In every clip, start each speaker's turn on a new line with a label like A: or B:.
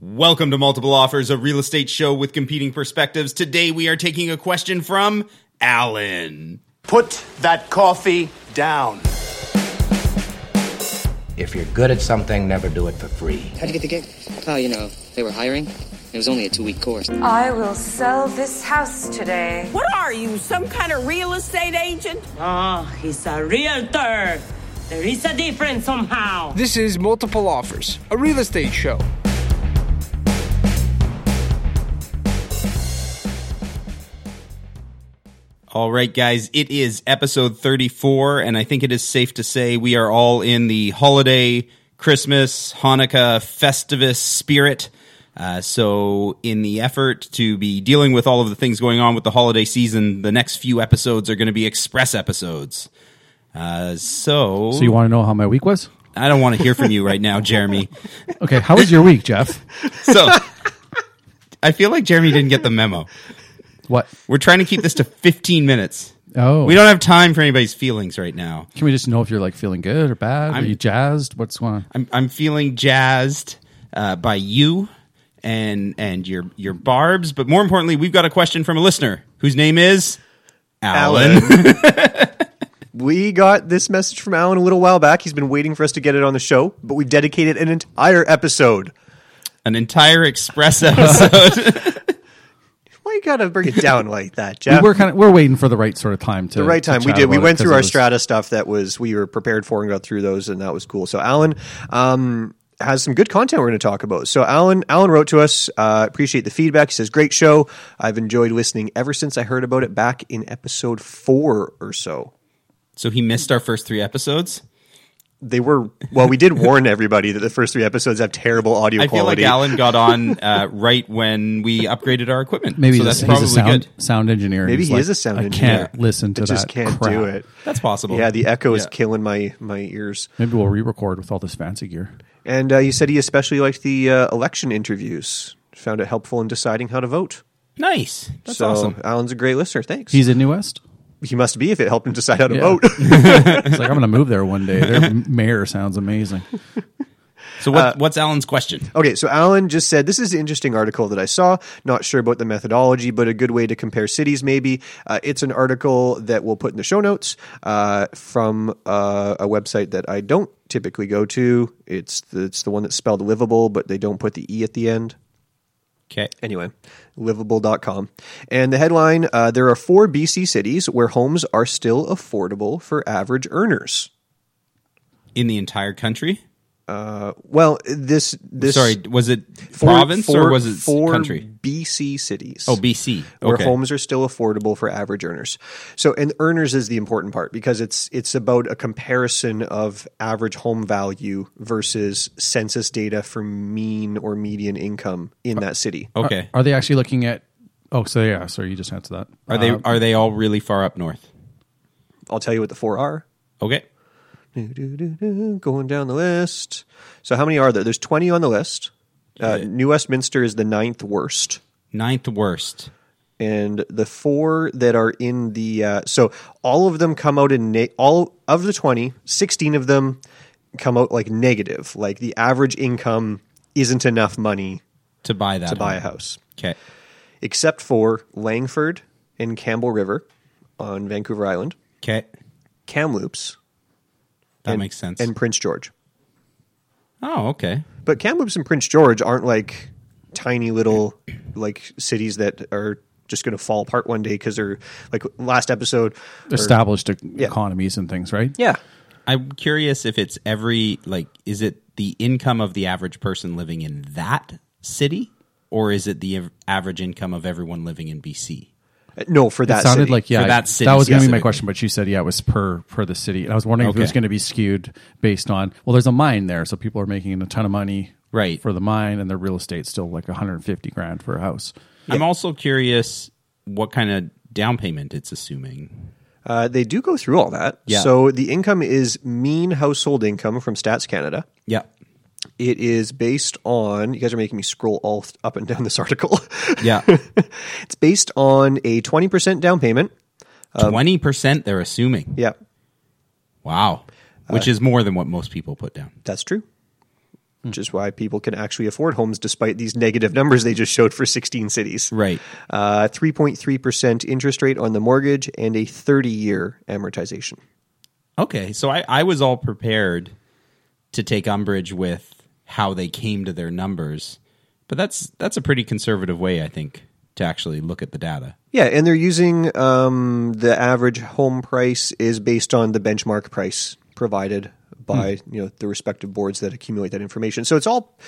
A: Welcome to Multiple Offers, a real estate show with competing perspectives. Today we are taking a question from Alan.
B: Put that coffee down.
C: If you're good at something, never do it for free.
D: How'd you get the gig? Oh, you know, they were hiring. It was only a two week course.
E: I will sell this house today.
F: What are you, some kind of real estate agent?
G: Oh, he's a realtor. There is a difference somehow.
H: This is Multiple Offers, a real estate show.
A: All right, guys, it is episode 34, and I think it is safe to say we are all in the holiday, Christmas, Hanukkah, Festivus spirit. Uh, so, in the effort to be dealing with all of the things going on with the holiday season, the next few episodes are going to be express episodes. Uh, so,
I: So you want to know how my week was?
A: I don't want to hear from you right now, Jeremy.
I: Okay, how was your week, Jeff?
A: So, I feel like Jeremy didn't get the memo.
I: What?
A: We're trying to keep this to 15 minutes.
I: Oh,
A: We don't have time for anybody's feelings right now.
I: Can we just know if you're like feeling good or bad?
A: I'm-
I: Are you jazzed? What's going on?
A: I'm I'm feeling jazzed uh, by you and and your your barbs, but more importantly, we've got a question from a listener whose name is Alan.
J: We got this message from Alan a little while back. He's been waiting for us to get it on the show, but we've dedicated an entire episode.
A: An entire express episode.
J: Why you gotta bring it down like that, Jeff?
I: We were kind of we're waiting for the right sort of time to
J: the right
I: to
J: time. We
I: chat
J: did. We
I: about it
J: went
I: 'cause
J: through
I: I
J: our
I: was-
J: strata stuff that was we were prepared for and got through those, and that was cool. So Alan um, has some good content we're going to talk about. So Alan, Alan wrote to us. Uh, appreciate the feedback. He says, "Great show. I've enjoyed listening ever since I heard about it back in episode four or so."
A: so he missed our first three episodes.
J: They were well. We did warn everybody that the first three episodes have terrible audio
A: I feel like
J: quality.
A: Alan got on uh, right when we upgraded our equipment.
I: Maybe
A: so
I: he's,
A: that's
I: a, he's
A: probably
I: a sound
A: good.
I: sound engineer.
J: Maybe
I: He's
J: he
I: like,
J: is a sound
I: I
J: engineer.
I: can't listen to
J: I
I: that.
J: just can't
I: crap.
J: do it.
A: That's possible.
J: Yeah, the echo is
A: Yeah.
J: killing my my ears.
I: Maybe we'll re-record with all this fancy gear.
J: And uh, you said he especially liked the uh, election interviews. Found it helpful in deciding how to vote.
A: Nice. That's
J: so
A: awesome.
J: Alan's a great listener. Thanks.
I: He's in New West.
J: he must be if it helped him decide how to
I: Yeah.
J: vote.
I: It's like I'm going to move there one day. Their mayor sounds amazing.
A: So
J: Uh,
A: what, what's Alan's question?
J: okay, so Alan just said this is an interesting article that I saw. Not sure about the methodology, but a good way to compare cities. Maybe uh, it's an article that we'll put in the show notes uh, from uh, a website that I don't typically go to. It's the, it's the one that's spelled livable, but they don't put the e at the end.
A: Okay.
J: Anyway, livable.com. And the headline uh, There are four BC cities where homes are still affordable for average earners.
A: In the entire country?
J: Well, this. this
A: Sorry, was it
J: four-
A: province or
J: four-
A: was it
J: four
A: country?
J: BC cities.
A: Oh, BC.
J: Where
A: Okay.
J: homes are still affordable for average earners. So, and earners is the important part because it's it's about a comparison of average home value versus census data for mean or median income in that city.
A: Okay.
I: Are they actually looking at? Oh, so yeah. Sorry, you just answered that.
A: Are they are they all really far up north?
J: uh, I'll tell you what the four are.
A: Okay.
J: Doo-doo-doo-doo, Going down the list. So how many are there? There's 20 on the list. Uh, New Westminster is the ninth worst.
A: Ninth worst.
J: And the four that are in the uh, so all of them come out in ne- all of the 20, 16 of them come out like negative. Like the average income isn't enough money
A: To buy that.
J: to buy a house,
A: Okay.
J: except for Langford and Campbell River on Vancouver Island,
A: Okay.
J: Kamloops,
A: That
J: and-
A: makes sense.
J: and Prince George.
A: oh, okay.
J: But Kamloops and Prince George aren't like tiny little like cities that are just going to fall apart one day because they're like last episode. or-
I: established e- economies and things, right?
J: yeah,
A: I'm curious if it's every like is it the income of the average person living in that city or is it the av- average income of everyone living in BC?
J: Uh, no, for that
I: it sounded
J: city.
I: like yeah
A: For that
I: that,
A: city
I: was going to be my
A: specifically.
I: question but she said yeah it was per per the city and i was wondering if it was
A: Okay.
I: going to be skewed based on well there's a mine there so people are making a ton of money
A: Right.
I: for the mine and their real estate's still like 150 grand for a house
A: I'm also curious what kind of down payment it's assuming.
J: uh, they do go through all that.
A: Yeah.
J: So the income is mean household income from Stats Canada.
A: Yeah.
J: It is based on you guys are making me scroll all th- up and down this article.
A: Yeah.
J: it's based on a twenty percent down payment.
A: Um, 20% they're assuming.
J: Yeah,
A: Uh, Wow. Which is more than what most people put down.
J: that's true. which is why people can actually afford homes despite these negative numbers they just showed for 16 cities.
A: Right.
J: Uh, 3.3% interest rate on the mortgage and a 30 year amortization.
A: Okay, so I, I was all prepared to take umbrage with how they came to their numbers, but that's that's a pretty conservative way, I think, to actually look at the data.
J: Yeah, and they're using um, the average home price is based on the benchmark price provided by
I: Hmm.
J: you know the respective boards that accumulate that information. So it's all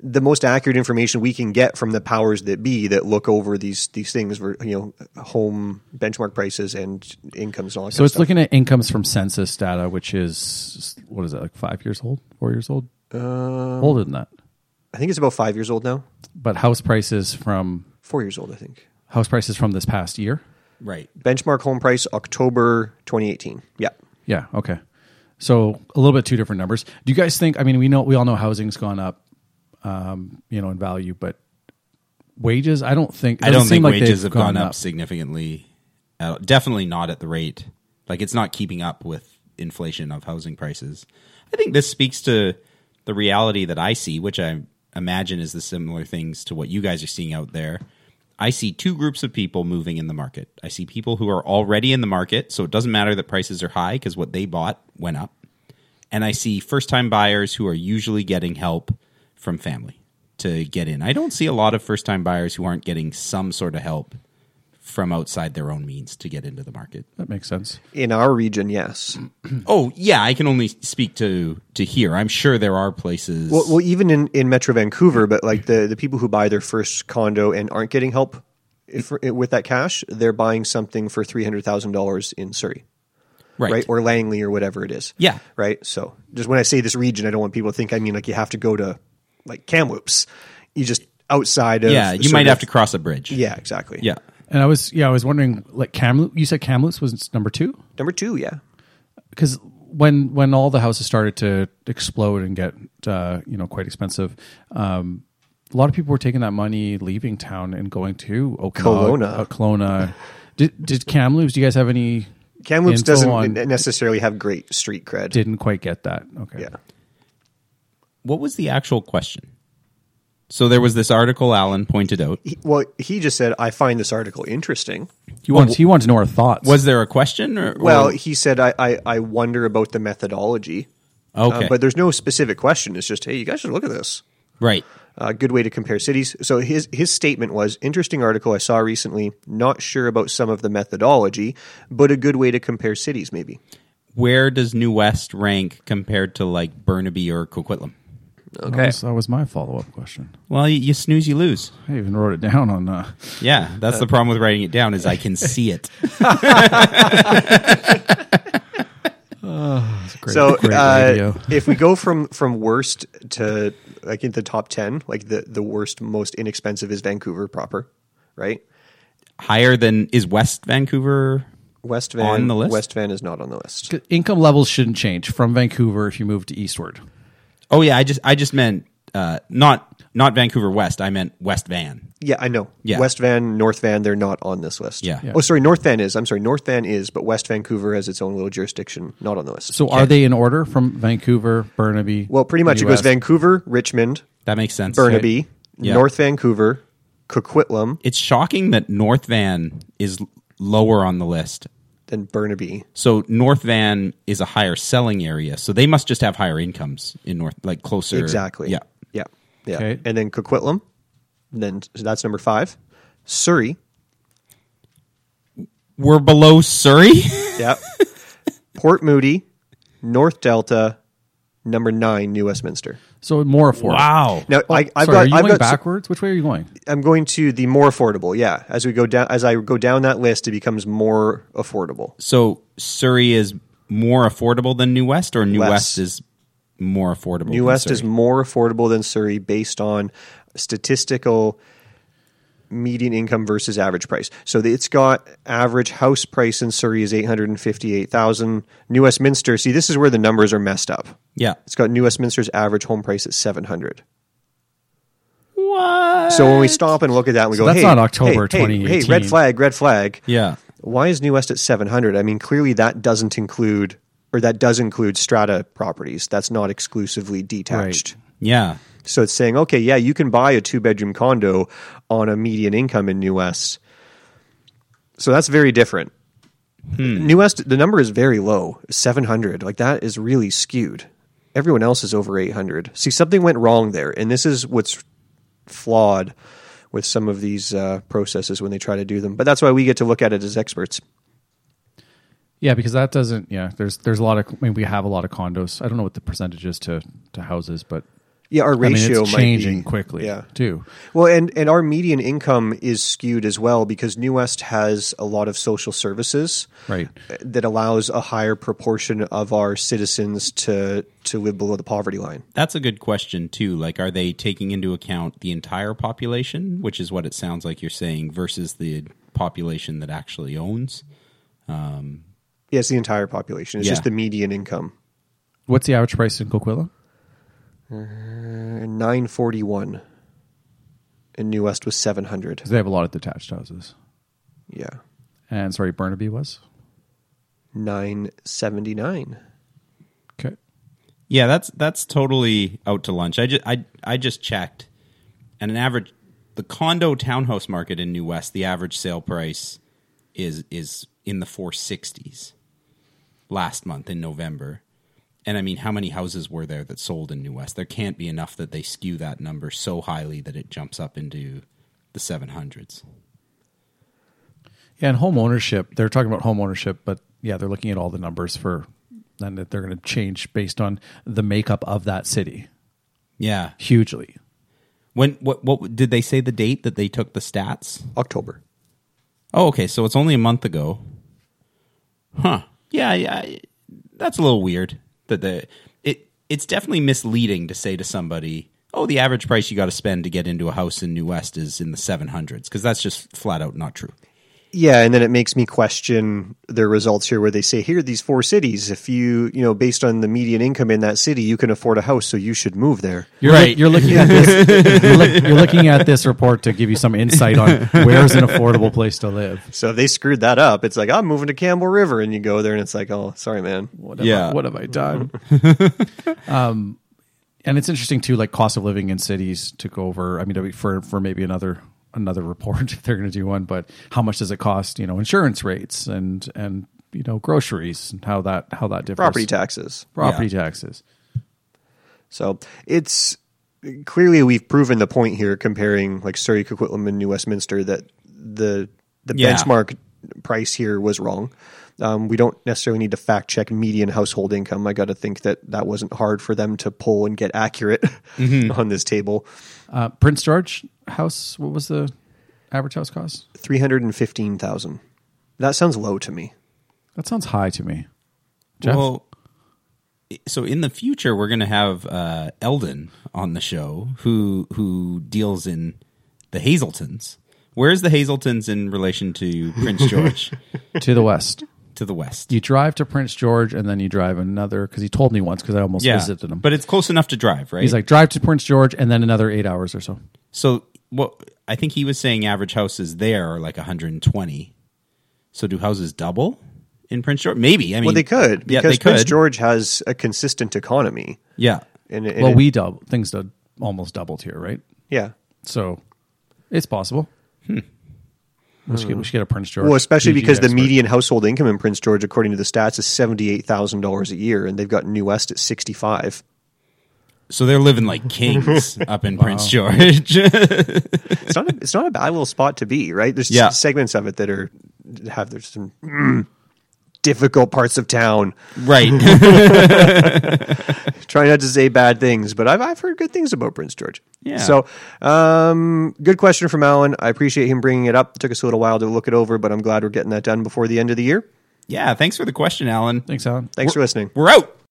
J: the most accurate information we can get from the powers that be that look over these these things, ver- you know, home benchmark prices and incomes. And all that
I: So
J: kind of
I: it's
J: stuff.
I: looking at incomes from census data, which is what is it like five years old, four years old, older than that.
J: I think it's about five years old now,
I: But house prices from
J: four years old, I think.
I: house prices from this past year.
A: Right.
J: Benchmark home price October 2018. Yeah.
I: Yeah. Okay. So a little bit two different numbers. Do you guys think? I mean, we know we all know housing's gone up, um, you know, in value, but wages. I don't think.
A: I don't
I: doesn't seem
A: think
I: like
A: wages
I: they've
A: have gone, up, significantly. Uh, definitely not at the rate. Like it's not keeping up with inflation of housing prices. I think this speaks to the reality that I see, which I imagine is the similar things to what you guys are seeing out there. I see two groups of people moving in the market. I see people who are already in the market, so it doesn't matter that prices are high because what they bought went up. And I see first time buyers who are usually getting help from family to get in. I don't see a lot of first time buyers who aren't getting some sort of help from outside their own means to get into the market.
I: That makes sense.
J: In our region, yes.
A: Oh, yeah, I can only speak to to here. I'm sure there are places
J: Well, well even in, in Metro Vancouver, but like the, the people who buy their first condo and aren't getting help if, with that cash, they're buying something for $300,000 in Surrey, right. Or Langley or whatever it is.
A: Yeah.
J: Right. So just when I say this region, I don't want people to think I mean like you have to go to like Kamloops. You just outside of.
A: yeah, you
J: sort
A: might
J: of-
A: have to cross a bridge.
J: Yeah, exactly.
A: Yeah.
I: And I was yeah, I was wondering like Kamloops. You said Kamloops was number two
J: Number two, yeah.
I: because when when all the houses started to explode and get uh, you know quite expensive. Um, a lot of people were taking that money, leaving town, and going to Okanagan,
J: Kelowna.
I: uh, Kelowna. Did did Kamloops? Do you guys have any?
J: Kamloops
I: info
J: doesn't
I: on-
J: necessarily have great street cred.
I: didn't quite get that. Okay.
J: Yeah.
A: What was the actual question? So there was this article Alan pointed out.
J: He- well, he just said, I find this article interesting.
I: He wants he wants to know our thoughts.
A: Was there a question or
J: Well,
A: or-
J: he said, I, I, I wonder about the methodology. Uh,
A: okay.
J: but there's no specific question. It's just, hey, you guys should look at this.
A: right.
J: Uh, good way to compare cities. So his his statement was interesting article I saw recently. Not sure about some of the methodology, but a good way to compare cities. Maybe
A: Where does New West rank compared to like Burnaby or Coquitlam?
I: okay. That was, that was my follow up question.
A: Well, you, you snooze, you lose.
I: I even wrote it down on. Uh,
A: Yeah, that's the problem with writing it down is I can see it.
I: great,
J: so.
I: great
J: Uh,
I: radio.
J: if we go from from worst to like in the top ten, like the the worst, most inexpensive is Vancouver proper, right?
A: Higher than is West Vancouver.
J: West Van
A: On the list?
J: West Van is not on the list.
I: Income levels shouldn't change from Vancouver if you move to eastward.
A: Oh yeah, I just I just meant uh, not not Vancouver West. I meant West Van.
J: Yeah, I know.
A: Yeah.
J: West Van, North Van, they're not on this list.
A: Yeah. Yeah.
J: Oh, sorry, North Van is. I'm sorry, North Van is, but West Vancouver has its own little jurisdiction, not on the list.
I: So are they in order from Vancouver, Burnaby?
J: well, pretty much it goes
I: US?
J: Vancouver, Richmond,
A: That makes sense.
J: Burnaby,
A: Yeah.
J: North Vancouver, Coquitlam,
A: It's shocking that North Van is l- lower on the list.
J: then Burnaby.
A: So North Van is a higher selling area. So they must just have higher incomes in North, like closer.
J: Exactly.
A: Yeah.
J: Yeah. Yeah.
I: Okay.
J: And then Coquitlam. Then so that's number five. Surrey.
A: We're below Surrey.
J: Yep. Port Moody, North Delta, number nine, New Westminster.
I: So more affordable.
A: wow.
J: Now I, I've
I: Sorry,
J: got
I: are you
J: I've
I: going
J: got s-
I: backwards? Which way are you going?
J: I'm going to the more affordable. Yeah, as we go down, as I go down that list, it becomes more affordable.
A: So Surrey is more affordable than New West, or New
J: Less.
A: West is more affordable.
J: New
A: than
J: West is
A: Surrey?
J: more affordable than Surrey based on statistical median income versus average price. So the- it's got average house price in Surrey is eight hundred and fifty-eight thousand. New Westminster. See, this is where the numbers are messed up.
A: yeah.
J: It's got New Westminster's average home price at seven hundred.
A: What?
J: So when we stop and look at that, we
I: So
J: go,
I: that's
J: "Hey,
I: not October
J: hey, hey, Hey,
I: 2018.
J: red flag, red flag.
A: Yeah.
J: Why is New West at 700? I mean, clearly that doesn't include, or that does include strata properties. That's not exclusively detached.
A: Yeah.
J: So it's saying, okay, yeah, you can buy a two bedroom condo on a median income in New West. So that's very different. New West, the number is very low, 700. Like that is really skewed. Everyone else is over 800. See, something went wrong there. And this is what's flawed with some of these uh, processes when they try to do them. But that's why we get to look at it as experts.
I: Yeah, because that doesn't. Yeah, there's there's a lot of. I mean, we have a lot of condos. I don't know what the percentage is to to houses, but
J: Yeah, our ratio
I: I mean, it's
J: might be-
I: changing quickly.
J: Yeah.
I: too.
J: Well, and, and our median income is skewed as well because New West has a lot of social services
I: Right.
J: that allows a higher proportion of our citizens to to live below the poverty line.
A: That's a good question too. Like are they taking into account the entire population, which is what it sounds like you're saying versus the population that actually owns?
J: Yes, the entire population. It's
A: Yeah.
J: just the median income.
I: What's the average price in Coquitlam?
J: And 941 and New West was 700.
I: Because they have a lot of detached houses.
J: Yeah.
I: And sorry, Burnaby was
J: 979.
I: okay.
A: Yeah, that's that's totally out to lunch. I just I I just checked, and an average the condo townhouse market in New West, the average sale price is is in the four sixties last month in November. And I mean, how many houses were there that sold in New West? There can't be enough that they skew that number so highly that it jumps up into the seven hundreds.
I: Yeah, and home ownership. They're talking about home ownership, but yeah, they're looking at all the numbers for, and that they're going to change based on the makeup of that city
A: Yeah.
I: hugely.
A: When what what did they say the date that they took the stats?
J: October.
A: Oh, okay. So it's only a month ago. Huh. Yeah, yeah. That's a little weird. That the it it's definitely misleading to say to somebody, "Oh, the average price you got to spend to get into a house in New West is in the 700s," because that's just flat out not true.
J: Yeah, and then it makes me question their results here, where they say here are these four cities. If you, you know, based on the median income in that city, you can afford a house, so you should move there.
I: You're
A: Right.
I: you're looking at this. you're, look, you're looking at this report to give you some insight on where is an affordable place to live.
J: So if they screwed that up, it's like I'm moving to Campbell River, and you go there, and it's like, oh, sorry, man.
I: What have
A: Yeah.
I: I, what have I done? um, and it's interesting too, like cost of living in cities took over. I mean, to be- for for maybe another another report if they're going to do one, but how much does it cost? You know, insurance rates and and you know groceries and how that how that differs.
J: Property taxes.
I: property taxes.
J: So it's clearly we've proven the point here, comparing like Surrey, Coquitlam, and New Westminster, that the the
A: Yeah.
J: benchmark price here was wrong. Um, we don't necessarily need to fact check median household income. I got to think that that wasn't hard for them to pull and get accurate
A: Mm-hmm.
J: on this table.
I: Uh, Prince George house. What was the average house cost?
J: Three hundred and fifteen thousand. That sounds low to me.
I: That sounds high to me. Jeff?
A: Well, so in the future, we're going to have uh, Eldon on the show, who who deals in the Hazeltons. Where is the Hazeltons in relation to Prince George
I: to the west.
A: to the west?
I: You drive to Prince George and then you drive another because he told me once because I almost visited him.
A: But it's close enough to drive, right?
I: He's like, drive to Prince George and then another eight hours or so.
A: so what? I think he was saying average houses there are like 120. So do houses double in Prince George? Maybe. I mean,
J: well, they could
A: Yeah, they
J: because Prince
A: could.
J: George has a consistent economy.
A: Yeah,
J: And, and
I: well,
J: it-
I: we double things did almost doubled here, right?
J: yeah.
I: So it's possible. We, should get, we should get a Prince George.
J: Hmm. Well, especially
I: PG
J: because the
I: expert.
J: median household income in Prince George, according to the stats, is seventy eight thousand dollars a year, and they've got New West at sixty five.
A: So they're living like kings up in Prince George.
J: It's not a, it's not a bad little spot to be, right? There's
A: Yeah.
J: segments of it that are have there's some mm, difficult parts of town.
A: right.
J: Try not to say bad things, but I've I've heard good things about Prince George.
A: Yeah.
J: So, um, good question from Alan. I appreciate him bringing it up. It took us a little while to look it over, but I'm glad we're getting that done before the end of the year.
A: yeah. Thanks for the question, Alan.
I: Thanks, Alan.
J: Thanks for listening.
A: We're out.